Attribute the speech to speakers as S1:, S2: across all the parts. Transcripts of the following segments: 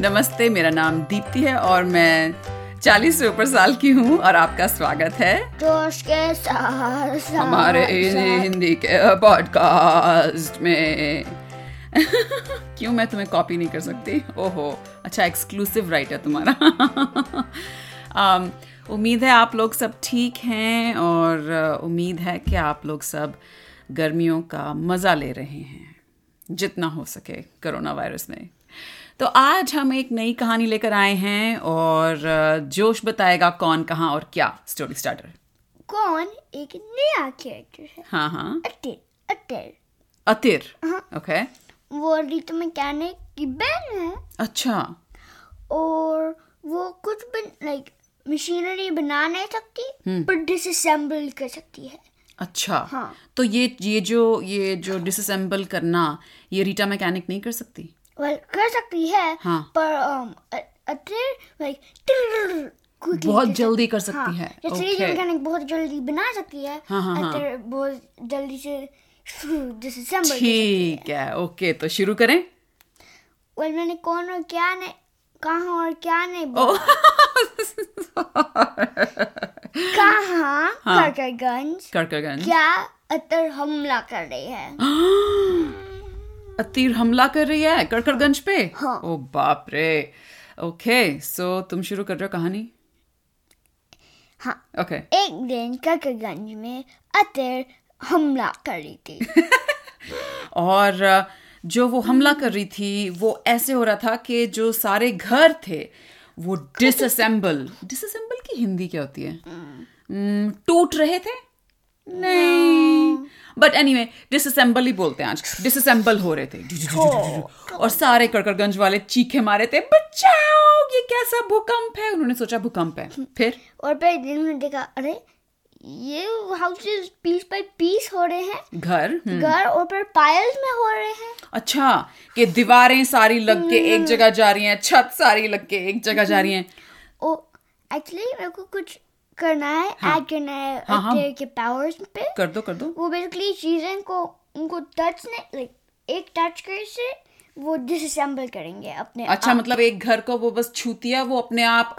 S1: नमस्ते मेरा नाम दीप्ति है और मैं चालीस से ऊपर साल की हूँ और आपका स्वागत है
S2: जोश के साथ साथ-
S1: हमारे
S2: साथ-
S1: हिंदी के पॉडकास्ट में क्यों मैं तुम्हें कॉपी नहीं कर सकती ओहो अच्छा एक्सक्लूसिव राइट है तुम्हारा um, उम्मीद है आप लोग सब ठीक हैं और uh, उम्मीद है कि आप लोग सब गर्मियों का मज़ा ले रहे हैं जितना हो सके कोरोना वायरस में तो आज हम एक नई कहानी लेकर आए हैं और uh, जोश बताएगा कौन कहाँ और क्या स्टोरी स्टार्टर
S2: कौन एक नया कैरेक्टर है
S1: हाँ हाँ
S2: अटेल अटेल
S1: अतिर
S2: हाँ।
S1: ओके
S2: वो रीतु मैकेनिक की बहन है
S1: अच्छा
S2: और वो कुछ भी लाइक मशीनरी बना नहीं सकती पर डिसअसेंबल कर सकती है
S1: अच्छा
S2: हाँ।
S1: तो ये ये जो ये जो डिसअसेंबल करना ये रीटा मैकेनिक नहीं कर सकती
S2: वेल कर सकती है
S1: हाँ।
S2: पर um, अ- अटेल लाइक
S1: बहुत जल्दी कर
S2: हाँ,
S1: सकती है
S2: जैसे रीजन
S1: ओके
S2: मैकेनिक बहुत जल्दी बना सकती है
S1: हाँ, हाँ, हाँ।
S2: अतर बहुत जल्दी से डिसअसेंबल
S1: ठीक है ओके तो शुरू करें
S2: और मैंने कौन और क्या ने कहा और क्या ने कहा
S1: हाँ।
S2: करकरगंज
S1: करकरगंज
S2: क्या अतर हमला कर रही
S1: हाँ।
S2: है
S1: अतिर हमला कर रही है करकरगंज पे
S2: हाँ।
S1: ओ बाप रे ओके सो तुम शुरू कर रहे हो कहानी
S2: हाँ
S1: ओके
S2: एक दिन करकरगंज में अतर हमला कर रही थी
S1: और अ, जो वो हमला कर रही थी वो ऐसे हो रहा था कि जो सारे घर थे वो डिसअसेंबल डिसअसेंबल की हिंदी क्या होती है Hmm, टूट रहे थे नहीं बट एनीवे डिसअसेंबल ही बोलते हैं आज डिसअसेंबल हो रहे
S2: तो
S1: थे और सारे कड़कड़गंज वाले चीखे मारे थे बचाओ ये कैसा भूकंप है उन्होंने सोचा भूकंप है फिर
S2: और फिर एक दिन उन्होंने देखा अरे ये हाउसेस पीस बाय पीस हो रहे हैं
S1: घर हम्म,
S2: घर और फिर पायल्स में हो रहे हैं
S1: अच्छा कि दीवारें सारी लग के एक जगह जा रही हैं छत सारी लग के एक जगह जा रही हैं
S2: ओ एक्चुअली मेरे को कुछ करना है ऐड करना है
S1: हाँ, हाँ।
S2: अटेर के पावर्स पे
S1: कर दो कर दो
S2: वो बेसिकली चीजें को उनको टच ने लाइक एक टच कर से वो डिसअसेंबल करेंगे अपने
S1: अच्छा
S2: आप।
S1: मतलब एक घर को वो बस छूती है वो अपने आप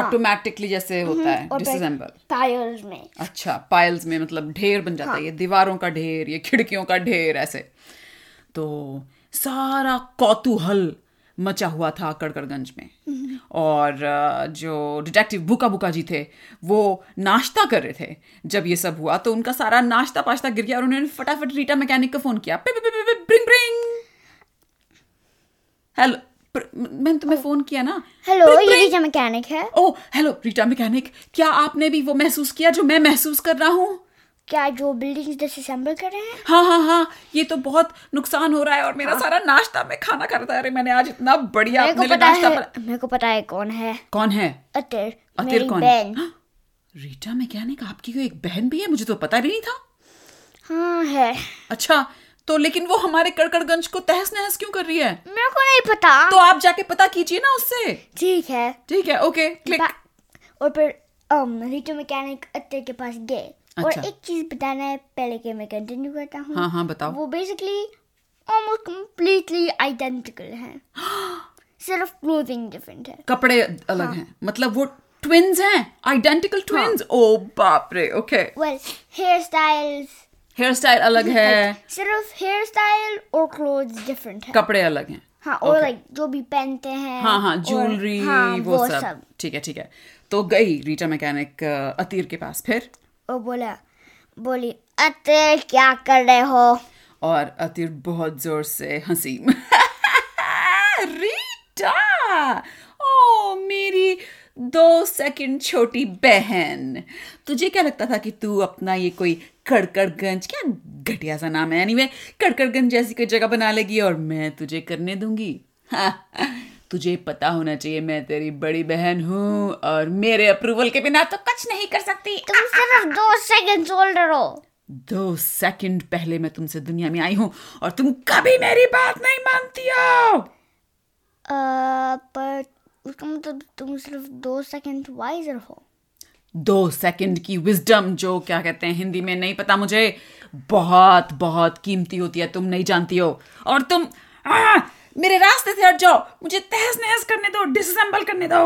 S1: ऑटोमेटिकली जैसे होता है
S2: हाँ। हम्म, और
S1: डिसअसेंबल
S2: टायर्स में
S1: अच्छा पाइल्स में मतलब ढेर बन जाता है ये दीवारों का ढेर ये खिड़कियों का ढेर ऐसे तो सारा कौतूहल मचा हुआ था कड़कड़गंज में और अ, जो डिटेक्टिव भूखा भूखा जी थे वो नाश्ता कर रहे थे जब ये सब हुआ तो उनका सारा नाश्ता पाश्ता गिर गया और उन्होंने फटाफट रीटा मैकेनिक को फोन किया ब्रिंग ब्रिंग हेलो प्र- मैंने तुम्हें फोन किया ना
S2: हेलो
S1: ब्रिंग,
S2: ये
S1: ब्रिंग।
S2: रीजा मैकेनिक है
S1: ओ हेलो रीटा मैकेनिक क्या आपने भी वो महसूस किया जो मैं महसूस कर रहा हूँ
S2: क्या जो बिल्डिंग्स डिसअसेंबल कर रहे हैं
S1: हाँ हाँ हाँ ये तो बहुत नुकसान हो रहा है और मेरा सारा नाश्ता मैं खाना खा रहा था अरे मैंने आज इतना बढ़िया
S2: हाँ। मेरे
S1: अपने
S2: को
S1: लिए
S2: पता
S1: नाश्ता
S2: है
S1: बना-
S2: मेरे को पता है कौन है
S1: कौन है
S2: अतर
S1: अतिर
S2: मेरी
S1: कौन
S2: बहन
S1: है रीटा मैकेनिक आपकी कोई एक बहन भी है मुझे तो पता भी नहीं था
S2: हाँ है
S1: अच्छा तो लेकिन वो हमारे कड़कड़गंज को तहस नहस क्यों कर रही है
S2: मेरे को नहीं पता
S1: तो आप जाके पता कीजिए ना उससे
S2: ठीक है
S1: ठीक है ओके क्लिक
S2: बा- और फिर um, रिटो मैकेनिक अत्तर के पास गए
S1: अच्छा।
S2: और एक चीज बताना है पहले के मैं कंटिन्यू करता हूँ
S1: हाँ हाँ बताओ
S2: वो बेसिकली ऑलमोस्ट कम्प्लीटली आइडेंटिकल है सिर्फ क्लोथिंग डिफरेंट है
S1: कपड़े
S2: हाँ।
S1: अलग हैं मतलब वो ट्विंस हैं आइडेंटिकल ट्विंस ओ बाप रे okay
S2: well hair styles
S1: hair style अलग है
S2: सिर्फ हेयर स्टाइल और क्लोथ्स डिफरेंट है
S1: कपड़े अलग हैं
S2: हाँ और
S1: okay.
S2: लाइक जो भी पहनते हैं
S1: हाँ हाँ
S2: और-
S1: ज्वेलरी
S2: हाँ,
S1: वो, सब. ठीक है ठीक है तो गई रीटा मैकेनिक अ, अतीर के पास फिर
S2: और बोला बोली अत्तर क्या कर रहे हो
S1: और अतीर बहुत जोर से हंसी रीटा ओ मेरी दो सेकंड छोटी बहन तुझे क्या लगता था कि तू अपना ये कोई कड़कड़गंज क्या घटिया सा नाम है एनीवे कड़कड़गंज जैसी कोई जगह बना लेगी और मैं तुझे करने दूंगी तुझे पता होना चाहिए मैं तेरी बड़ी बहन हूँ और मेरे अप्रूवल के बिना तो कुछ नहीं कर सकती
S2: तुम सिर्फ दो सेकंड ओल्डर हो
S1: दो सेकंड पहले मैं तुमसे दुनिया में आई हूं और तुम कभी मेरी बात नहीं मानती हो
S2: अ, पर उसका मतलब तुम सिर्फ दो सेकंड वाइजर हो
S1: दो सेकंड की विजडम जो क्या कहते हैं हिंदी में नहीं पता मुझे बहुत बहुत कीमती होती है तुम नहीं जानती हो और तुम आ, मेरे रास्ते से हट जाओ मुझे तहस नहस करने दो डिसअसेंबल करने दो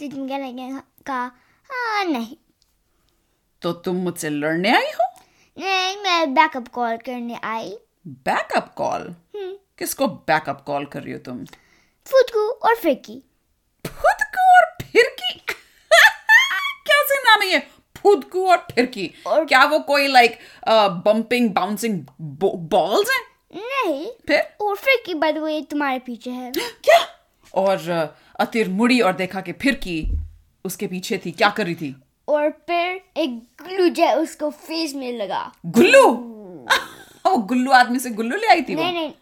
S2: जितिन का तो लगेगा कहा हाँ नहीं
S1: तो तुम मुझसे लड़ने आई हो
S2: नहीं मैं बैकअप कॉल करने आई
S1: बैकअप कॉल
S2: हम्म,
S1: किसको बैकअप कॉल कर रही हो तुम
S2: फुदकू और फिरकी
S1: फुदकू और फिरकी क्या से नाम है ये फुदकू और फिरकी
S2: और-
S1: क्या वो कोई uh, like bumping bouncing balls हैं
S2: नहीं
S1: फिर
S2: और फिरकी बाय द वे तुम्हारे पीछे है
S1: क्या और अ, अतिर मुड़ी और देखा कि फिरकी उसके पीछे थी क्या कर रही थी
S2: और फिर एक ग्लू जैल उसको फेस में लगा
S1: गुल्लू वो गुल्लू आदमी से गुल्लू ले आई थी वो
S2: नहीं नहीं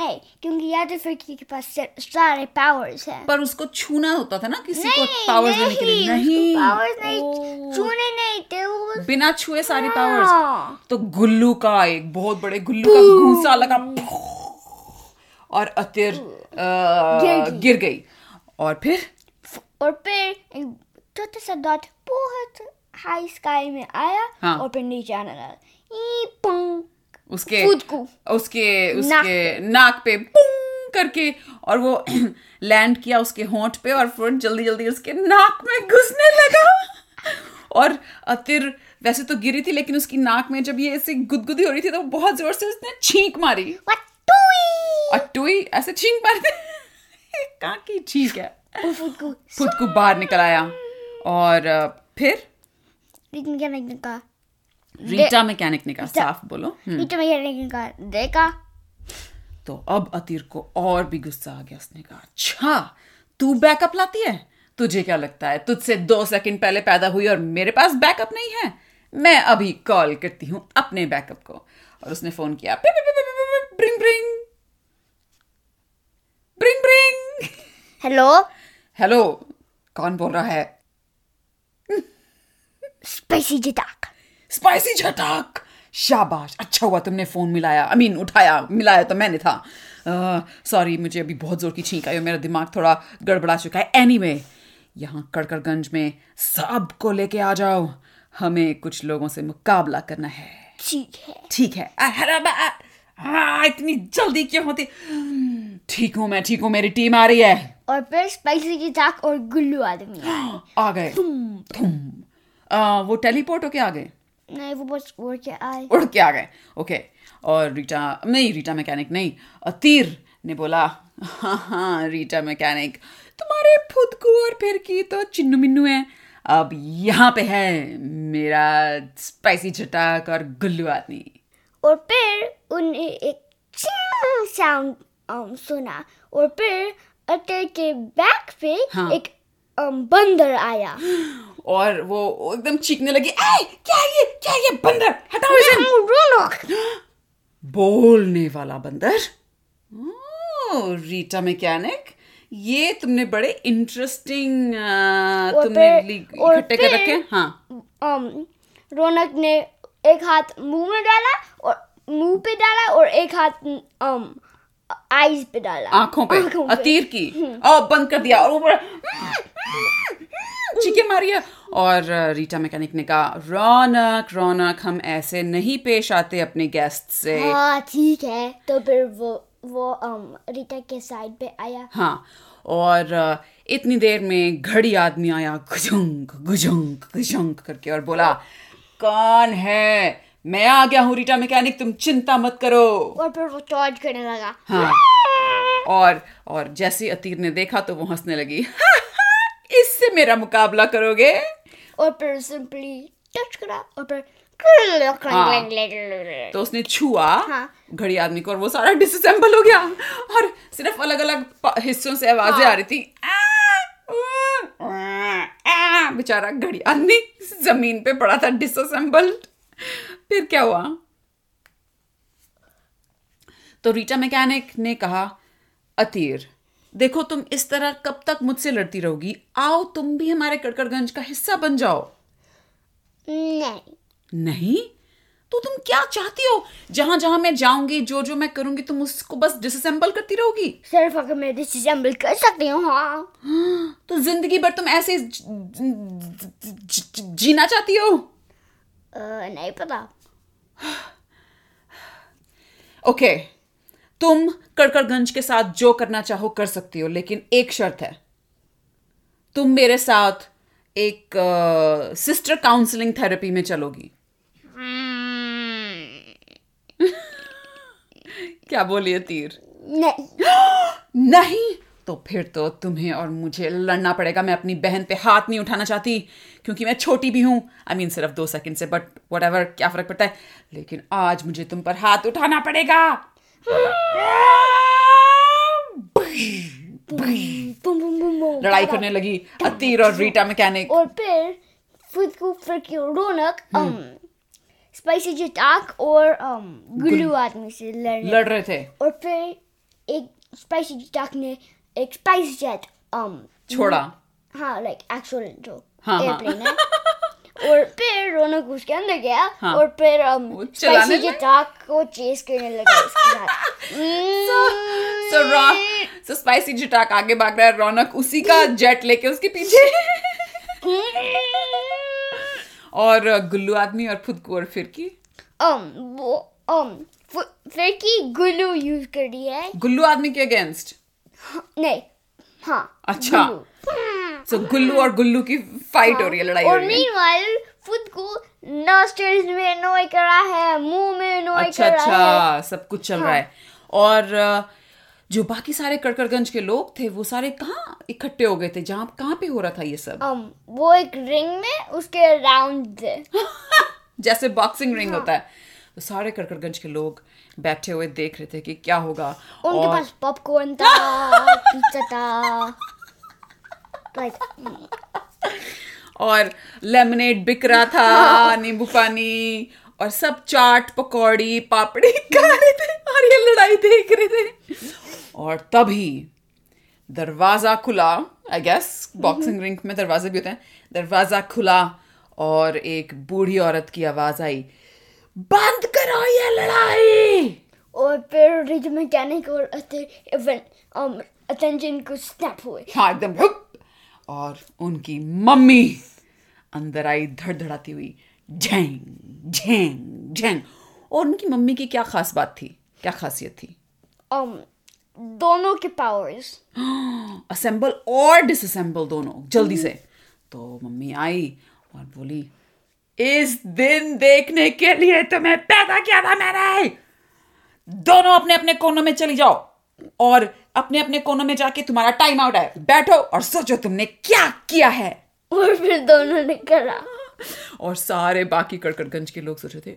S2: नहीं क्योंकि या तो फिरकी के पास से- सारे पावर्स हैं
S1: पर उसको छूना होता था ना किसी को
S2: नहीं
S1: पावर्स देने के लिए नहीं
S2: पावर्स नहीं
S1: ओ,
S2: छूने नहीं थे वो बस-
S1: बिना छुए सारे पावर्स
S2: हाँ।
S1: तो गुल्लू का एक बहुत बड़े गुल्लू का घूसा लगा और अतिर अ,
S2: गिर गई।
S1: गिर गई और फिर
S2: और फिर एक छोटा सा डॉट बहुत हाई स्काई में आया
S1: हाँ।
S2: और फिर नीचे आने लगा ई पंक
S1: उसके
S2: फुदकू।
S1: उसके
S2: नाक
S1: उसके नाक पे पुंग करके और वो लैंड किया उसके होंठ पे और फिर जल्दी जल्दी उसके नाक में घुसने लगा और अतिर वैसे तो गिरी थी लेकिन उसकी नाक में जब ये ऐसे गुदगुदी हो रही थी तो बहुत जोर से उसने छींक मारी
S2: वटुई
S1: और टुई ऐसे छींक मारी थी कहाँ की छींक है
S2: और फुदकू
S1: खुद को बाहर निकल आया और अ, फिर
S2: लेकिन क्या नहीं का
S1: रीटा मैकेनिक ने कहा साफ बोलो
S2: नीचे में क्या नहीं का देखा
S1: तो अब अतीर को और भी गुस्सा आ गया उसने कहा अच्छा तू बैकअप लाती है तुझे क्या लगता है तुझसे दो सेकंड पहले पैदा हुई और मेरे पास बैकअप नहीं है मैं अभी कॉल करती हूँ अपने बैकअप को और उसने फोन किया "पिप, पिप, पिप, पिप, पिप, bring bring bring bring
S2: hello
S1: hello कौन बोल रहा है
S2: स्पाइसी जिताक
S1: स्पाइसी झटाक शाबाश अच्छा हुआ तुमने फोन मिलाया आई मीन उठाया मिलाया तो मैंने था सॉरी मुझे अभी बहुत जोर की छींक आई और मेरा दिमाग थोड़ा गड़बड़ा चुका है एनी anyway, यहाँ कड़कड़गंज में सबको लेके आ जाओ हमें कुछ लोगों से मुकाबला करना है
S2: ठीक है
S1: ठीक है आ, हरा बा- आ, आ, इतनी जल्दी क्यों होती ठीक हूँ मैं ठीक हूँ मेरी टीम आ रही है
S2: और फिर स्पाइसी जिताक और गुल्लू आदमी आए।
S1: आ गए थुम आ, वो टेलीपोर्ट होके आ गए
S2: नहीं वो बस उड़ के आए
S1: उड़ के आ गए ओके और रीटा नहीं रीटा मैकेनिक नहीं अतीर ने बोला हाँ हाँ रीटा मैकेनिक तुम्हारे फुदकू और फिरकी तो चिन्नू मिन्नू है अब यहाँ पे है मेरा स्पाइसी चटाक और गुल्लू आदमी
S2: और फिर उन्हें एक साउंड सुना और फिर अटर के बैक पे
S1: हाँ।
S2: एक um, बंदर आया
S1: और वो एकदम चीखने लगी "ऐ, क्या है ये क्या है ये बंदर हटाओ इसे बोलने वाला बंदर ओ, रीटा मैकेनिक ये तुमने बड़े इंटरेस्टिंग
S2: और
S1: तुमने
S2: फिर-
S1: ली-
S2: और
S1: इकट्ठे कर
S2: फिर-
S1: रखे हैं? हाँ
S2: um, रौनक ने एक हाथ मुंह में डाला और मुंह पे डाला और एक हाथ um, आईज पे डाला
S1: आंखों पे हम्म। अतीर की और बंद कर दिया और ऊपर चीखे मारी है। और अ, रीटा मैकेनिक ने कहा रौनक रौनक हम ऐसे नहीं पेश आते अपने गेस्ट से
S2: हाँ ठीक है तो फिर वो वो um, रीटा के साइड पे आया
S1: हाँ और अ, इतनी देर में घड़ी आदमी आया गुजंक गुजंक गुजंक करके और बोला कौन है मैं आ गया हूँ रीटा मैकेनिक तुम चिंता मत करो
S2: और फिर वो चार्ज करने लगा
S1: हाँ और और जैसे अतीर ने देखा तो वो हंसने लगी इससे मेरा मुकाबला करोगे
S2: और फिर सिंपली टच करा और फिर
S1: तो उसने छुआ
S2: हाँ।
S1: घड़ी आदमी को और वो सारा डिसअसेंबल हो गया और सिर्फ अलग अलग हिस्सों से आवाजें आ रही थी "आ, ऊ, आ, आ", बेचारा घड़ी आदमी जमीन पे पड़ा था डिसअसेंबल फिर क्या हुआ तो रीटा मैकेनिक ने कहा अतीर देखो तुम इस तरह कब तक मुझसे लड़ती रहोगी आओ तुम भी हमारे कड़कड़गंज का हिस्सा बन जाओ
S2: नहीं
S1: नहीं तो तुम क्या चाहती हो जहां जहां मैं जाऊंगी जो जो मैं करूंगी तुम उसको बस डिसअसेंबल करती रहोगी
S2: सिर्फ अगर मैं डिसअसेंबल कर सकती हूँ हाँ
S1: तो जिंदगी भर तुम ऐसे ज- ज- ज- जीना चाहती हो
S2: Øh, अ, नहीं पता
S1: ओके तुम कड़कड़गंज के साथ जो करना चाहो कर सकती हो लेकिन एक शर्त है तुम मेरे साथ एक सिस्टर काउंसलिंग थेरेपी में चलोगी क्या बोलिए तीर
S2: नहीं
S1: नहीं तो फिर तो तुम्हें और मुझे लड़ना पड़ेगा मैं अपनी बहन पे हाथ नहीं उठाना चाहती क्योंकि मैं छोटी भी हूं आई मीन सिर्फ दो सेकंड से बट वट क्या फर्क पड़ता है लेकिन आज मुझे तुम पर हाथ उठाना पड़ेगा
S2: बुम बुम बुम बुम
S1: लड़ाई करने लगी अतीर और रीटा मैकेनिक
S2: और फिर खुद को फिर की रौनक um, स्पाइसी जटाक और um, गुल्लू आदमी से लड़ने
S1: लड़ रहे थे
S2: और फिर एक स्पाइसी जटाक ने एक स्पाइस जेट um,
S1: छोड़ा
S2: हाँ लाइक एक्चुअल जो
S1: हाँ, हाँ।
S2: एयरप्लेन है और फिर रोनक उसके अंदर गया
S1: हाँ।
S2: और फिर
S1: वो चलाने
S2: स्पाइसी जटाक को चेस करने लगा उसके साथ Mm,
S1: so rock so spicy जटाक आगे भाग रहा है रौनक उसी का जेट लेके उसके पीछे
S2: mm.
S1: और गुल्लू आदमी और फुदकू और फिरकी
S2: um वो um फि- फिर की गुल्लू यूज कर रही है
S1: गुल्लू आदमी के अगेंस्ट
S2: नहीं हाँ
S1: अच्छा।
S2: गुल्लू। हाँ.
S1: सो गुल्लू और गुल्लू की फाइट हो रही है लड़ाई हो
S2: और
S1: रही है
S2: मीनवाइल खुद को nostrils में नोए कर रहा है मुंह में नोए
S1: अच्छा
S2: कर रहा है हाँ।
S1: अच्छा सब कुछ चल रहा है और अ, जो बाकी सारे कड़कड़गंज के लोग थे वो सारे कहाँ इकट्ठे हो गए थे जहाँ कहाँ पे हो रहा था ये सब
S2: um वो एक रिंग में उसके अराउंड
S1: जैसे बॉक्सिंग रिंग
S2: हाँ।
S1: होता है तो सारे कड़कड़गंज के लोग बैठे हुए देख रहे थे कि क्या होगा
S2: उनके
S1: और
S2: पास पॉपकॉर्न था पिज्जा था like,
S1: और लेमनेड बिक रहा था नींबू पानी और सब चाट पकौड़ी पापड़ी खा रहे थे और ये लड़ाई देख रहे थे और तभी दरवाजा खुला आई गेस बॉक्सिंग रिंग में दरवाजे भी होते हैं दरवाजा खुला और एक बूढ़ी औरत की आवाज आई बंद करो ये लड़ाई
S2: और फिर रिज मैकेनिक और um, अटेंशन को स्नैप हुए
S1: हाँ एकदम हुप। और उनकी मम्मी अंदर आई धड़धड़ाती हुई झेंग झेंग झेंग और उनकी मम्मी की क्या खास बात थी क्या खासियत थी
S2: um दोनों के पावर्स
S1: असेंबल और डिसअसेंबल दोनों जल्दी से तो मम्मी आई और बोली इस दिन देखने के लिए तुम्हें पैदा किया था मैंने दोनों अपने अपने कोनों में चली जाओ और अपने अपने कोनों में जाके तुम्हारा टाइम आउट है बैठो और सोचो तुमने क्या किया है
S2: और फिर दोनों ने करा
S1: और सारे बाकी कड़कड़गंज के लोग सोच रहे थे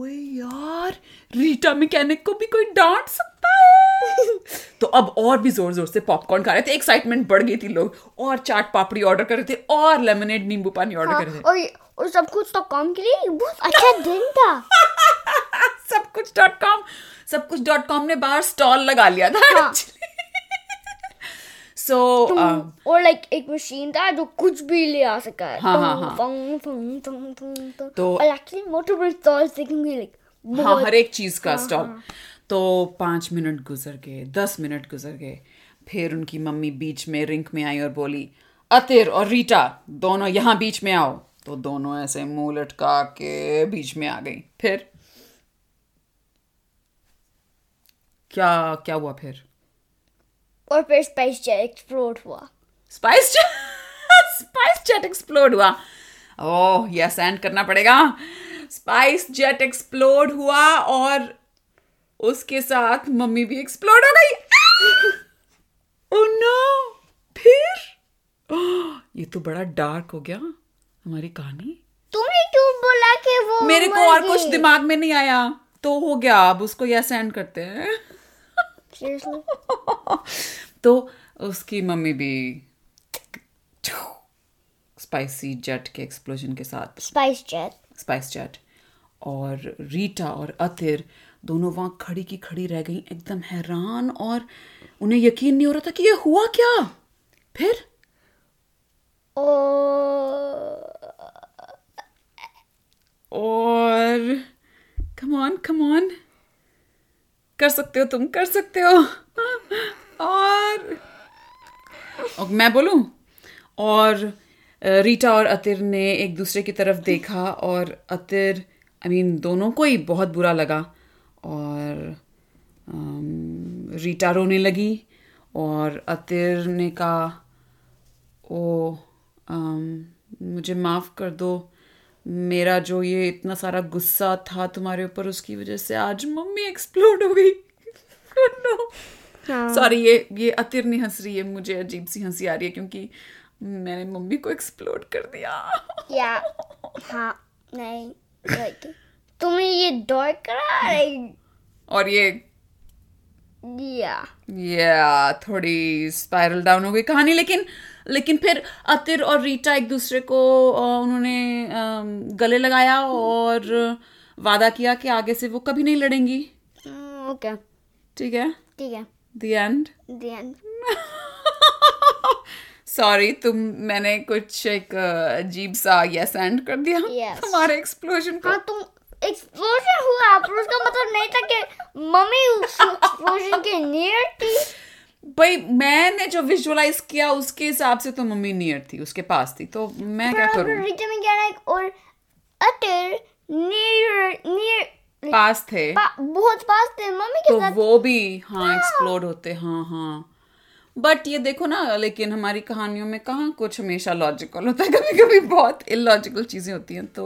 S1: ओए यार रीटा मैकेनिक को भी कोई डांट सकता है तो अब और भी जोर जोर से पॉपकॉर्न खा रहे थे एक्साइटमेंट बढ़ गई थी लोग और चाट पापड़ी ऑर्डर कर रहे थे और लेमनेड नींबू पानी ऑर्डर कर रहे थे
S2: और ये- और सब कुछ तो काम के लिए बहुत अच्छा दिन था
S1: सब कुछ डॉट कॉम सब कुछ डॉट कॉम ने बाहर स्टॉल लगा लिया था
S2: हाँ।
S1: सो
S2: Um,
S1: Um, uh,
S2: और लाइक एक मशीन था जो कुछ भी ले आ सका है
S1: हाँ, हाँ, हाँ।
S2: टंग, टंग, टंग, टंग, टंग।
S1: तो-
S2: और एक्चुअली मोटरबल स्टॉल देखेंगे लाइक
S1: हाँ
S2: बहुत
S1: हर एक चीज का स्टॉल तो पाँच मिनट गुजर गए दस मिनट गुजर गए फिर उनकी मम्मी बीच में रिंक में आई और बोली अतिर और रीटा दोनों यहाँ बीच में आओ तो दोनों ऐसे मुंह लटका के बीच में आ गई फिर क्या क्या हुआ फिर
S2: और फिर स्पाइस जेट एक्सप्लोड हुआ
S1: स्पाइस स्पाइस जेट एक्सप्लोड हुआ ओह यस एंड करना पड़ेगा स्पाइस जेट एक्सप्लोड हुआ और उसके साथ मम्मी भी एक्सप्लोड हो गई ओह नो फिर ओह, ये तो बड़ा डार्क हो गया हमारी कहानी
S2: तुमने क्यों बोला कि वो
S1: मेरे को
S2: मर
S1: और
S2: गई?
S1: कुछ दिमाग में नहीं आया तो हो गया अब उसको यस एंड करते हैं
S2: Seriously?
S1: तो उसकी मम्मी भी स्पाइसी जेट के एक्सप्लोजन के साथ
S2: स्पाइस जेट
S1: स्पाइस जेट और रीटा और अतिर दोनों वहाँ खड़ी की खड़ी रह गई एकदम हैरान और उन्हें यकीन नहीं हो रहा था कि ये हुआ क्या फिर
S2: और
S1: और कम ऑन कम ऑन कर सकते हो तुम कर सकते हो और और मैं बोलूं और अ, रीटा और अतिर ने एक दूसरे की तरफ देखा और अतिर आई मीन दोनों को ही बहुत बुरा लगा और अम, रीटा रोने लगी और अतिर ने कहा ओ अम, मुझे माफ़ कर दो मेरा जो ये इतना सारा गुस्सा था तुम्हारे ऊपर उसकी वजह से आज मम्मी एक्सप्लोड हो गई सॉरी ये ये अतिर नहीं हंस रही है मुझे अजीब सी हंसी आ रही है क्योंकि मैंने मम्मी को एक्सप्लोड कर दिया
S2: Yeah. हाँ नहीं right. तुमने ये डॉर करा
S1: और ये
S2: या
S1: या थोड़ी स्पाइरल डाउन हो गई कहानी लेकिन लेकिन फिर अतिर और रीटा एक दूसरे को अ, उन्होंने अम, गले लगाया और वादा किया कि आगे से वो कभी नहीं लड़ेंगी
S2: ओके
S1: ठीक है
S2: हम्म, ठीक है
S1: the end
S2: The end.
S1: Sorry तुम मैंने कुछ एक अ, अजीब सा यस एंड कर दिया
S2: Yes.
S1: हमारे एक्सप्लोजन को
S2: हाँ तुम एक्सप्लोजन हुआ पर उसका मतलब नहीं था कि मम्मी उस एक्सप्लोजन के नियर थी
S1: भाई मैंने जो विजुअलाइज किया उसके हिसाब से तो मम्मी नियर थी उसके पास थी तो मैं क्या
S2: पर
S1: करूँ
S2: रिटर्न में क्या लाइक और अटर नियर नियर
S1: पास थे
S2: बहुत पास थे मम्मी के
S1: तो
S2: साथ
S1: वो भी हाँ एक्सप्लोड होते हाँ हाँ बट ये देखो ना लेकिन हमारी कहानियों में कहाँ कुछ हमेशा लॉजिकल होता है कभी कभी बहुत इलॉजिकल चीजें होती हैं तो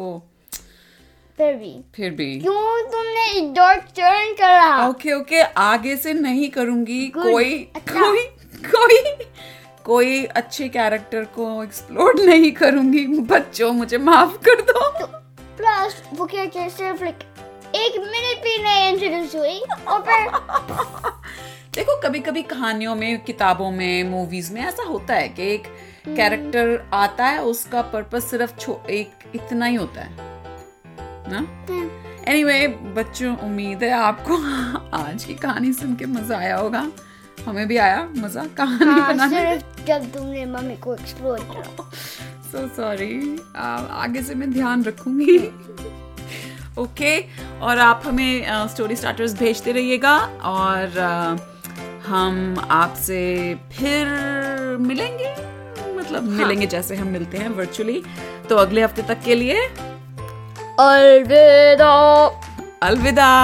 S2: फिर भी
S1: फिर भी
S2: क्यों तुमने डॉट टर्न करा
S1: ओके ओके आगे से नहीं करूंगी कोई
S2: अच्छा।
S1: कोई कोई कोई अच्छे कैरेक्टर को एक्सप्लोर नहीं करूंगी बच्चों मुझे माफ कर दो
S2: प्लस वो कैरेक्टर सिर्फ लाइक एक मिनट भी नहीं इंट्रोड्यूस हुई और फिर
S1: देखो कभी कभी कहानियों में किताबों में मूवीज में ऐसा होता है कि एक कैरेक्टर आता है उसका पर्पस सिर्फ छो- एक इतना ही होता है ना एनीवे anyway, बच्चों उम्मीद है आपको आज की कहानी सुन के मजा आया होगा हमें भी आया मजा कहानी
S2: हाँ,
S1: बनाने
S2: सिर्फ जब तुमने मम्मी को एक्सप्लोर करा
S1: सो सॉरी Uh, आगे से मैं ध्यान रखूंगी ओके और आप हमें स्टोरी स्टार्टर्स भेजते रहिएगा और अ, हम आपसे फिर मिलेंगे मतलब मिलेंगे जैसे हम मिलते हैं वर्चुअली तो अगले हफ्ते तक के लिए
S2: अलविदा
S1: अलविदा